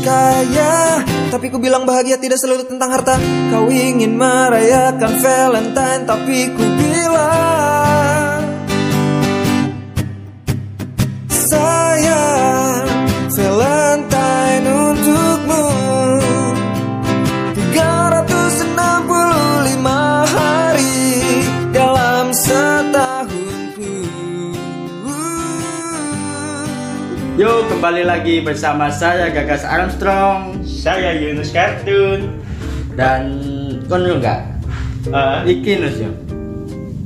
kaya Tapi ku bilang bahagia tidak selalu tentang harta Kau ingin merayakan Valentine Tapi ku bilang Sayang Valentine untukmu 365 hari dalam setahun Yo, kembali lagi bersama saya Gagas Armstrong Saya Yunus Kartun. dan kono enggak? Eh, Iki Nus yo.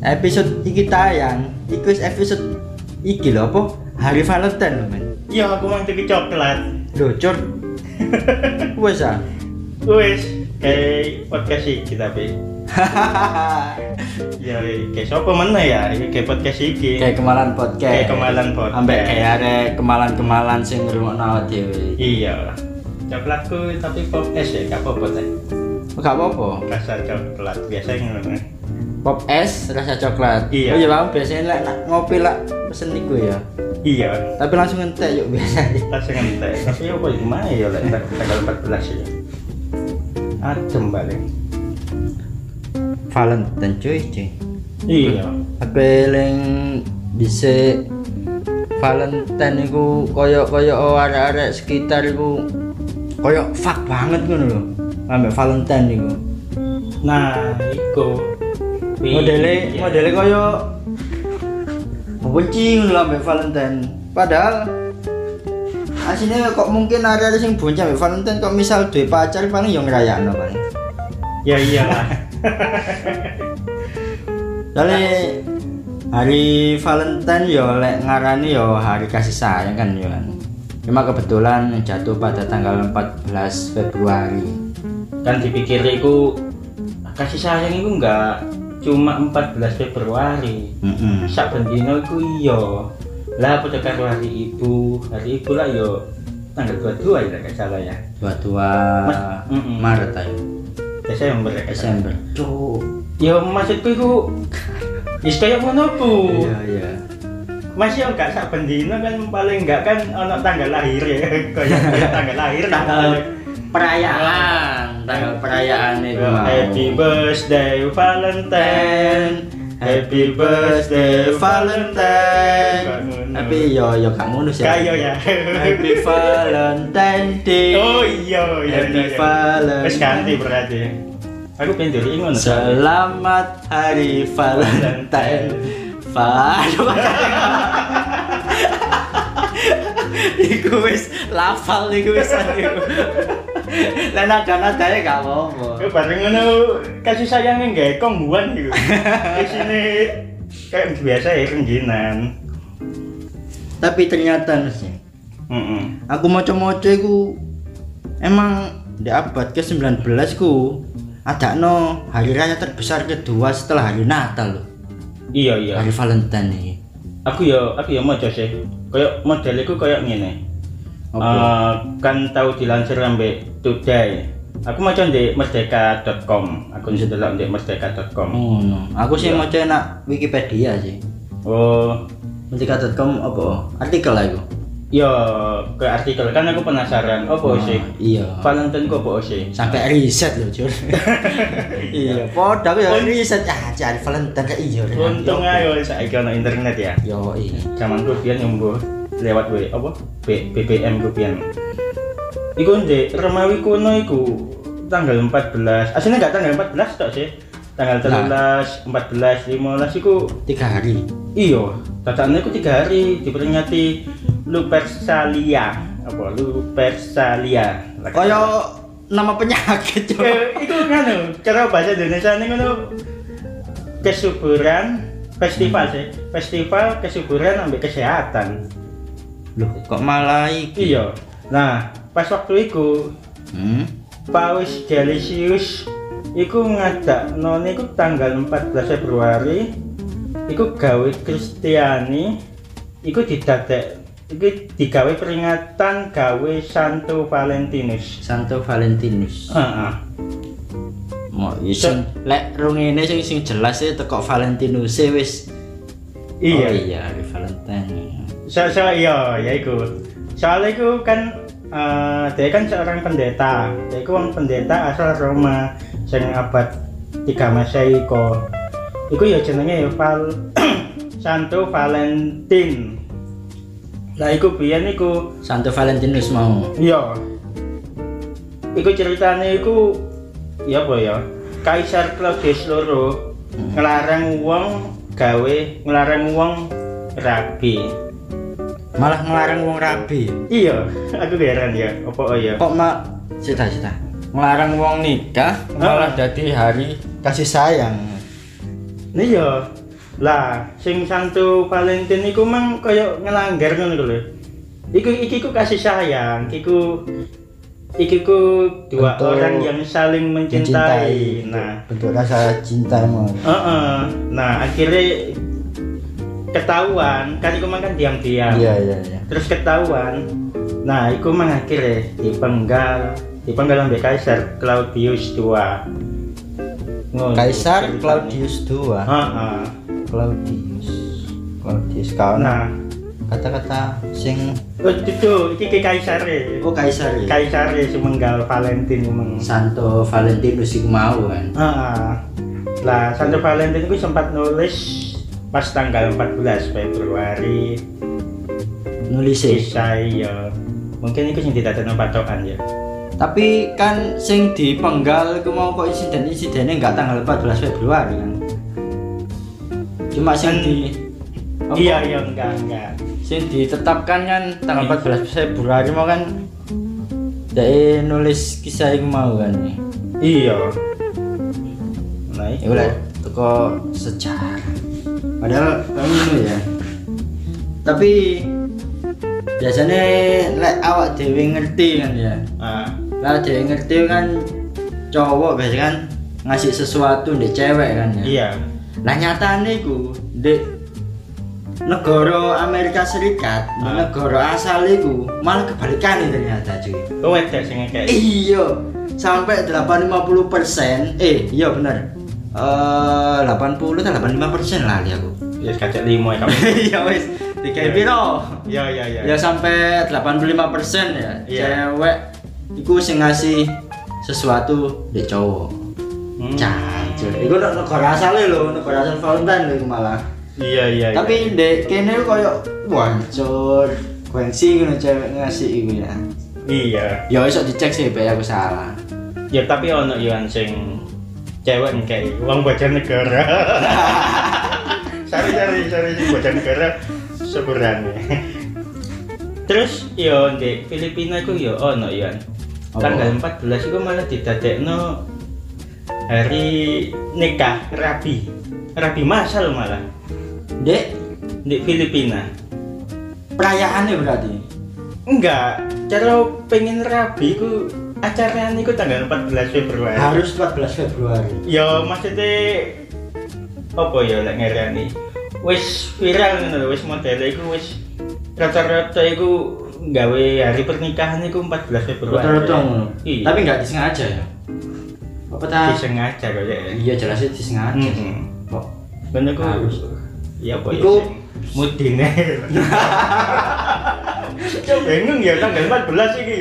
Episode iki tayang, iku wis episode iki lho apa? Hari Valentine lho men. iya aku mang tuku coklat. Lho, cur. Wes ah. Wes, kayak podcast iki tapi. Ya kayak sapa meneh ya, iki kayak podcast iki. Kayak kemalan podcast. Kayak kemalan podcast. Ambek kayak ada kemalan-kemalan sing ngrungokno awak dhewe. Iya. Coklatku tapi podcast ya, gak apa-apa teh. Enggak apa-apa. Rasa coklat biasa ngono. kan. Pop es rasa coklat. Iya. Oh iya, Bang, biasanya lek nak ngopi lek pesen iku ya. Iya. Tapi langsung entek yuk biasanya. Tas ngentek. Tapi apa iki mah ya lek tang- tanggal 14 ya. Adem balik. Valentine cuy, cuy. Iya. Aku eling bisa Valentine iku koyo-koyo arek-arek sekitar iku koyo fuck banget ngono lho. Ambek Valentine iku. Nah, iku. Modele Iya. modele koyo benci ngono lho ambek Valentine. Padahal aslinya kok mungkin ada sing bonci ambek Valentine kok misal duwe pacar paling yo ngrayakno paling. Ya iyalah. Soale hari Valentine yo lek ngarani yo hari kasih sayang kan yo. kan. Cuma kebetulan jatuh pada tanggal 14 Februari. kan dipikir itu kasih sayang itu enggak cuma 14 Februari Mm-mm. sak bendino itu iya lah pada karo hari ibu hari ibu lah yo tanggal 22 ya nggak salah ya Dua dua Mas- mm-mm. Maret ayo. Desember ya Desember. Desember Cuk. ya maksudku itu Is kaya ngono bu Iya iya. Masih yo gak sak bendino kan paling enggak kan ono tanggal lahir ya Kaya kaya tanggal lahir Tanggal perayaan, tanggal perayaan itu. mau. Happy birthday Valentine Happy birthday Valentine Tapi yo yo gak ngono sih. Kayo ya. Happy Valentine Day. Oh iya iya. Happy iya, iya. Valentine. Wes ganti berarti. Aku pengen dulu ingon. Selamat Hari Valentine. Valentine. Iku wis lafal iku wis iku. Lah nada-nadane gak apa-apa. Aku bareng ngono kasih sayangnya nggak kong buan gitu. Di sini kayak biasa ya rengginan. Tapi ternyata sih, Heeh. aku moco-moco iku emang di abad ke-19 ku ada no hari raya terbesar kedua setelah hari Natal loh. Iya iya. Hari Valentine ini. Aku ya aku ya mau sih. Kayak modeliku kayak gini. Apa? Eh, kan tahu dilansir sampai today. Aku mau di merdeka.com. Aku sudah di merdeka.com. Oh, no. Aku sih Iya. mau nak Wikipedia sih. Oh, Merdeka.com apa? Artikel lah itu. Ya, ke artikel kan aku penasaran. Apa Oh, sih? Ah, Iya. Eh, Valentine kok apa sih? Sampai riset loh, Jul. iya, podo aku ya riset ah cari Valentine kayak iya. Untung ayo saiki ono internet ya. Yo, iya. Zaman ku biyen nyembuh lewat W apa? B, BBM ku biyen. Iku ndek Remawi kuno iku tanggal 14. Aslinya enggak tanggal 14 tok sih. Tanggal 13, 14, 15 iku Tiga hari. Iya, tatane iku tiga hari diperingati Lupersalia apa Lupersalia. Lah, Kaya nama penyakit, Jul. Eh, itu kan cara bahasa Indonesia ini kan kesuburan festival sih festival kesuburan ambil kesehatan Loh, kok malah iki? iya nah pas waktu itu Hmm. Paus Gelasius iku ngadak noni iku tanggal 14 Februari iku gawe Kristiani iku didadek iku digawe peringatan gawe Santo Valentinus Santo Valentinus. Heeh. Mau isin lek rungene sing sing jelas e teko Valentinus e wis. Oh, iya iya, hari Valentine. so, so iya ya iku soalnya iku kan eh, dia kan seorang pendeta dia itu wong pendeta asal Roma sing abad 3 Masehi ko iku ya jenenge ya Val Santo Valentin lah iku biyen iku Santo Valentinus mau Iya. Iku ceritanya iku ya apa ya? Kaisar Claudius loro ngelarang wong gawe ngelarang wong rabi. malah ngelarang wong rabi Iya, aku heran ya. Apa oh ya? kok mak cita cita ngelarang wong nikah malah jadi hari kasih sayang Iya. Lah, sing Santo Valentin iku mang kaya ngelanggar ngono lho. Iku iki ku kasih sayang, iki ku iki ku dua Bentuk orang yang saling mencintai. Nah, bentuk rasa cinta mau Heeh. Nah, akhirnya ketahuan kan iku makan diam-diam. iya iya iya Terus ketahuan. Nah, iku mang akhirnya dipenggal, dipenggal ambek Kaisar Claudius II. Ngono. Kaisar Claudius II Heeh. Claudius Claudius kawan Nah, kata-kata sing oh, itu iki ki kaisare. oh kaisar ya Kaisare sumenggal Valentin meng. Santo Valentinus iku mau kan Heeh. Lah, Santo Valentin iku sempat nulis pas tanggal 14 Februari nulis e. Isai ya. Mungkin itu yang tidak tenang patokan ya. tapi kan sing dipenggal iku mau kok insiden insidennya nggak tanggal 14 Februari kan cuma sing Kan- di apa, Iya, iya enggak enggak. sing ditetapkan kan tanggal 14 Februari mau kan dari nulis kisah iku mau kan Iya. Nah, ya udah toko sejarah padahal kan ini ya tapi biasanya lek awak dewi ngerti kan ya Ah, lah dia ngerti kan cowok biasanya kan ngasih sesuatu di cewek kan ya iya. nah nyatane ku di negara Amerika Serikat di Ah. negara asal iku malah kebalikannya ternyata cuy Kowe tes ya, sing kayak iya sampai 850 eh iya bener eh 80 atau 85 lah dia aku ya kacak limo ya kamu. iya wes tiga piro Iya, iya, iya. ya sampai 85 ya Iya. cewek iku sing ngasih sesuatu di cowok Hmm. Cacur, itu negara asalnya loh, negara asal Valentine loh iku malah. Iya, iya. iya. Tapi dek kene koyo wancur, gengsi ngono cewek ngasih iku ya. iya. Ya iso dicek sih, bae aku salah. Ya tapi ono yo sing cewek kayak uang bocah negara. Sorry, sorry, sorry sing bocah negara sebenarnya. Terus yo di Filipina iku yo ono yo. Apa? Tanggal 14 iku malah didadekno hari nikah rabi. Rabi masal malah Dek, di Filipina. perayaannya e berarti. Enggak, cara pengen rabi ku acaranya niku tanggal 14 Februari. Harus 14 Februari. Ya maksudnya apa ya lek ngarani? Wis viral ngono lho, wis model iku wis rata-rata iku gawe hari pernikahan iku 14 Februari. Rata-rata ngono. Iya. Tapi nggak disengaja ya. Apa ta? disengaja kok ya. Iya jelasnya disengaja. sih. Mhm. Kok Ngono ku. Harus. Ya apa ya? Iku- sing mudine. Cok bingung ya tanggal 14 iki.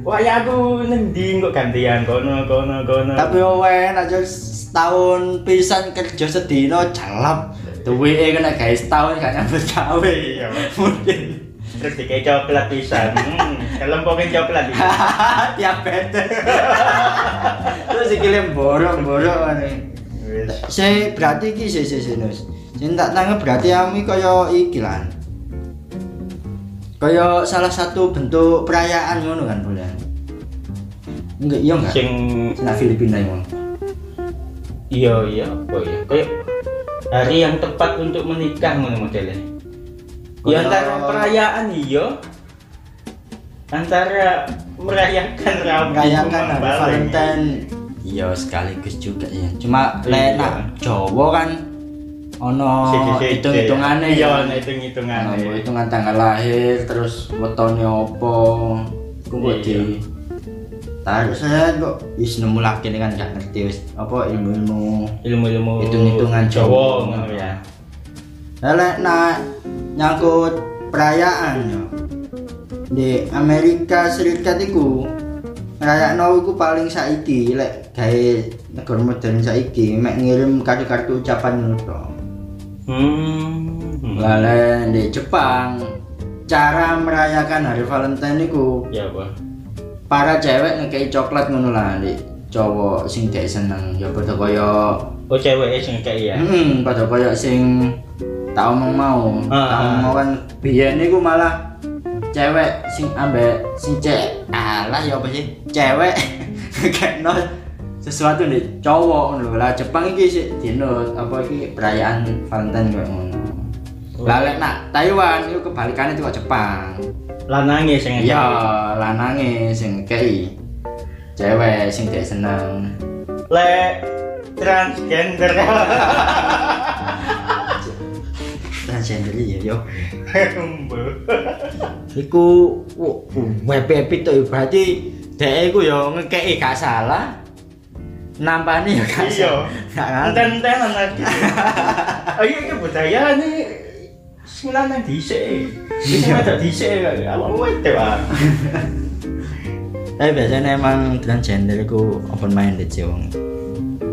Wah ya aku nending kok gantian kono kono kono. Tapi wawen aja setahun pisan kerja sedino jalap. Duwe e kena gawe setahun gak nyambut gawe. Iya, Mas. Mungkin terus dikei coklat pisan. Hmm, kelompokin coklat iki. diabetes. Terus sikile borok-borok ngene. Wis. Saya berarti iki sih sih sih nus. Sing tak tanggep berarti ami kaya iki lan. Kaya salah satu bentuk perayaan ngono kan bulan. Enggak, iya enggak? sing Nah Filipina ngono. iya iya apa ya kayak hari yang tepat untuk menikah ngono modelnya ya Kayak- antara perayaan iya antara merayakan rapi merayakan hari Umam Bali. kan Valentine iya sekaligus juga ya cuma Iya. lek nak Jawa kan ono Siji-siji. hitung-hitungane iya Oh, ya iya. ana hitung-hitungane ono hitungan tanggal lahir terus wetone opo iku kok Iya. di tarik saya kok wis nemu lagi ini kan gak ngerti wis apa ilmu-ilmu ilmu-ilmu Hitung-hitungan Jawa. Jawa ngono ya lek nak nyangkut perayaan yo di Amerika Serikat iku ngrayakno iku paling saiki lek gawe negara modern saiki mek ngirim kartu-kartu ucapan ngono to. Hmm. Lah lek di Jepang cara merayakan hari Valentine iku Ya apa? para cewek ngekei coklat ngono lah di cowok sing gak seneng ya padha kaya Oh cewek sing kayak ya. hmm padha kaya sing tak omong mau Ah, tak omong ah. mau kan biyen niku malah cewek sing ambek sing cek alah ya apa sih cewek kena sesuatu nih cowok ngono lho. lah Jepang iki sih dino apa iki perayaan Valentine koyo ngono Oh. lah lek nak Taiwan itu kebalikannya itu kok Jepang Lanange sing Iya, lanange sing kei. Cewek sing gak seneng. Lek transgender. Transgender ya yo. Mbok. Iku WPP to berarti dhek iku yo ngekeki gak salah. Nampane yo gak Iya. salah. Gak ngerti. Enten-entenan lagi. Oh iya iki budaya ini sing lanang dhisik. Iya. Sing wedok dhisik kok. Awak wedok ah. Tapi biasanya Eh, emang transgender iku open minded sih wong.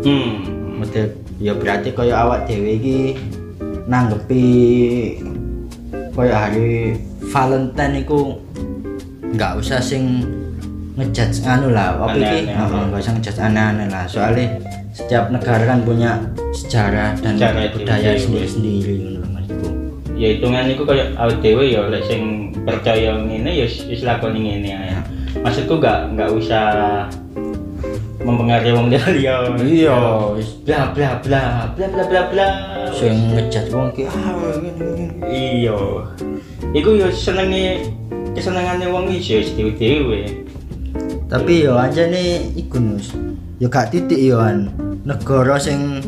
Hmm. Model ya berarti kaya awak dhewe iki nanggepi kaya hari Valentine iku nggak usah sing ngejudge anu lah apa iki Aneh-aneh. heeh, nggak usah ngejudge aneh-aneh lah soalnya setiap negara kan punya sejarah dan Sejarah budaya itu sendiri. sendiri-sendiri ngono lho maksudku. ya hitungan itu kayak awet dewe ya lek sing percaya ngene ya wis wis lakoni ngene ae. Maksudku gak gak usah mempengaruhi wong liya. Iya, wis. Bla bla bla bla bla bla bla. sing ngejudge wong ki ah Iya. Iku ya senenge kesenengane wong iki ya dewe-dewe. tapi yo aja nih ikunus yo gak titik yo an negara sing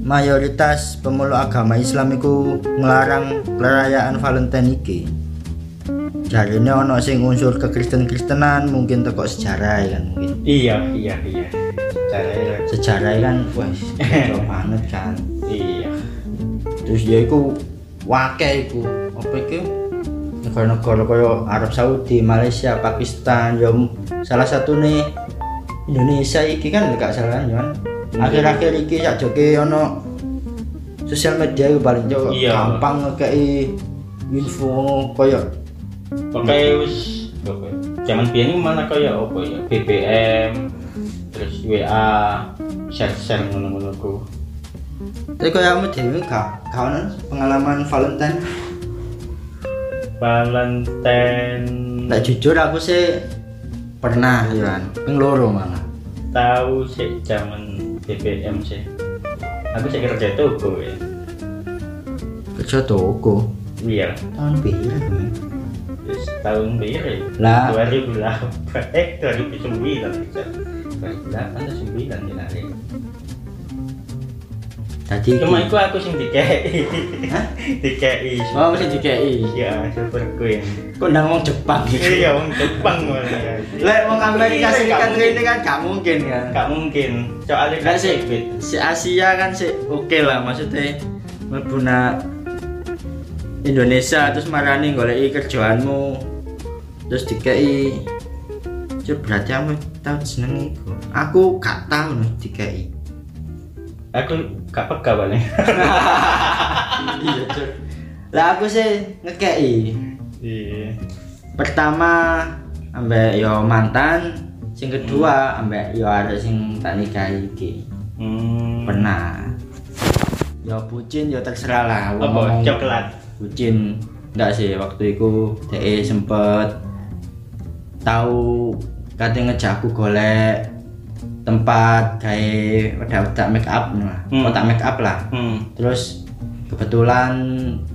mayoritas pemeluk agama Islam iku ngelarang perayaan Valentine iki jarine ono sing unsur kekristen-kristenan mungkin teko sejarah ya kan mungkin Iya, iya, iya. Caranya sejarah ya kan wes kacau banget kan iya. terus ya iku wake iku apa iku negara-negara kaya Arab Saudi, Malaysia, Pakistan, ya m- salah satu nih Indonesia iki kan gak salah ya kan. Akhir-akhir iki sakjoke ono sosial media iku paling jauh Iya. gampang ngekei info kaya Pakai wis apa ya? Zaman biyen iku malah kaya apa ya? BBM terus WA share-share ngono-ngono ku. tapi kaya kamu dewe gak gak ono pengalaman Valentine Valentine Nek jujur aku sih pernah ya kan ping loro malah tahu sih zaman BBM sih. Aku sih kerja toko ya. kerja toko Iya. tahun pira ya? Terus tahun biru Lah. 2008 eh 2009 bisa 2008 atau 9 ya nanti Tadi cuma itu aku sing dikei Hah? dikei Oh, mesti dikei. ya super queen Kok ndang wong Jepang iki? iya wong Jepang malah ya Lek wong Amerika Iya, Serikat gak ini mungkin. kan gak mungkin kan. gak mungkin soalnya Lah kan sih, sipit si Asia kan sih oke lah maksudnya mlebu nak Indonesia terus marani goleki kerjaanmu terus dikei Cuk berarti aku tahu jeneng iku. Aku gak tahu nih dikei. aku gak peka paling Iya, Cuk. Lah aku sih ngekei. iya pertama ambek yo mantan sing kedua ambek yo ada sing tak nikahi iki hmm. pernah yo bucin yo terserah lah wong apa ngomong coklat bucin enggak sih waktu itu de sempet tahu kate ngejakku golek tempat kayak wedak-wedak make up ngono lah Hmm. kotak make up lah hmm. terus kebetulan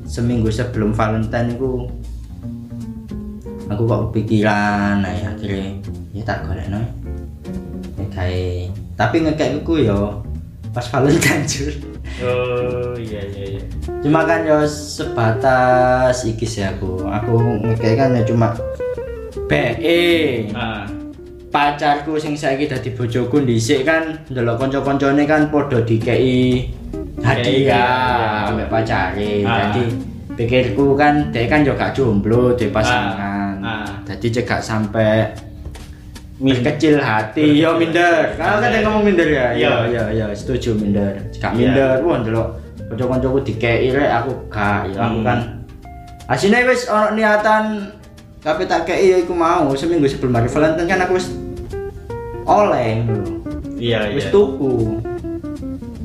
seminggu sebelum Valentine ku aku kok kepikiran nah ya akhirnya ya tak golek no ngekei tapi ngekei ku yo pas Valentine jur oh iya iya iya cuma kan yo sebatas iki sih aku aku ngekei kan ya cuma BE ah pacarku sing saiki dadi bojoku dhisik kan ndelok kanca-kancane kan padha dikeki hadiah Hadiah. ambek pacare. Iya, Ah. Dadi pikirku kan dhek kan yo gak jomblo, duwe pasangan. ah, ah. jadi cegak sampai Min- kecil hati yo minder kalau kan yang ngomong minder ya Iya. iya iya iya setuju minder cegak Iya. minder wah ndelok kanca-kancaku dikei rek aku gak ya aku Hmm. kan asine wis ono niatan tapi tak kei ya iku mau seminggu sebelum hari Valentine kan aku wis oleh lho iya iya wis tuku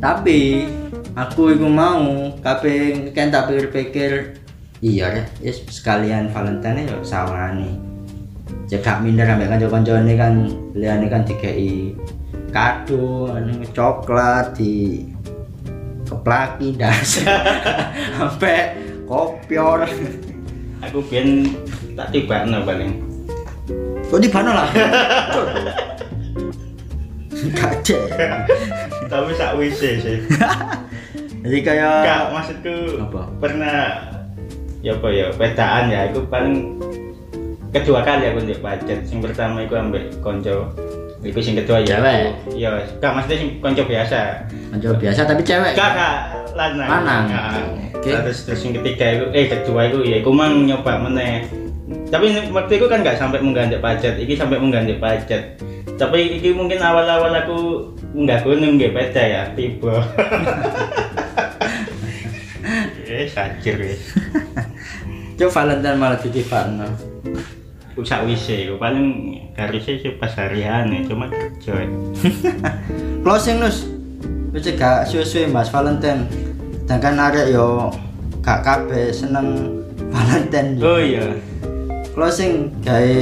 tapi aku iku mau kabeh kan tak pikir-pikir iya deh yes, sekalian Valentine ya sawani cekak minder ambek kanca-kancane kan liyane kan dikei kado anu, coklat di keplaki das sampai kopior aku biyen tak tiba paling kok di mana lah kacau tapi sak wis sih jadi kayak Enggak, maksudku Apa? pernah ya apa ya bedaan ya aku paling kedua kali aku ndek budget yang pertama iku ambek konco iku sing kedua ya Cewek? aku- iya enggak maksudnya sing konco biasa Kanca biasa tapi cewek. enggak enggak lanang Lanang. Enggak. Oke. terus terus yang ketiga iku eh kedua iku ya aku mang nyoba meneh tapi waktu itu kan nggak sampai menggandek pajak iki sampai menggandek pajak tapi iki mungkin awal-awal aku nggak gunung nggak beda ya tiba eh sajir ya Cuk Valentine malah ditibakno. usah wise aku paling garisnya sih pas harian ya cuma kerja eh. ya. Closing nus. Wis gak suwe-suwe Mas Valentine. Sedangkan arek yo gak kabeh seneng Valentine. oh iya Closing gawe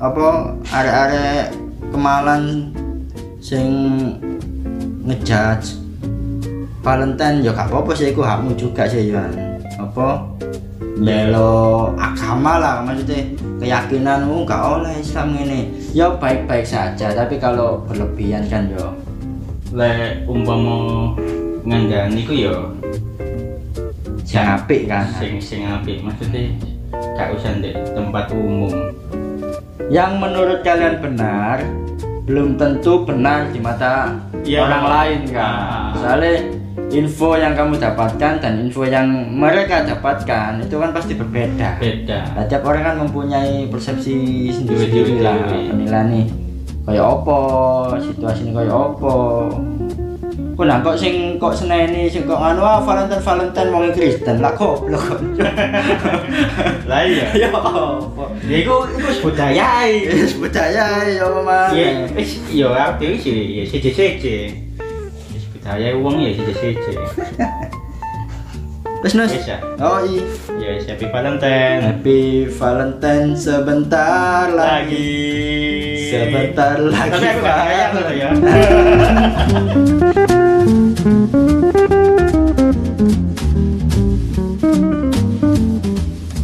apa arek-arek kemalan sing ngejudge Valentine yo gak apa-apa sih iku hakmu juga sih yo. Apa melo agama lah maksudnya keyakinanmu gak oleh Islam ini ya baik-baik saja tapi kalau berlebihan kan yo le umpama ngandani ku ya sing apik kan sing sing apik maksudnya gak usah di tempat umum yang menurut kalian benar belum tentu benar di mata Iya. orang lain kan Ah. soalnya info yang kamu dapatkan dan info yang mereka dapatkan itu kan pasti berbeda beda Nah, tiap orang kan mempunyai persepsi sendiri-sendiri Dewe-dewe, lah dewe. penilaian nih. Kayak opo, situasi ini kayak opo. Kok lah kok sing kok seneni sing kok anu ah Valentine Valentine mau Kristen lah goblok. lah iya Ya opo. ya itu itu budaya Wis percaya ya apa mas. ya wis ya aku dhewe sih ya siji siji wis budaya wong ya siji siji Wis nus. Wis, ya. Oh i. ya wis happy valentine Happy Valentine sebentar lagi. lagi Sebentar lagi. ya. tapi aku gak kaya loh ya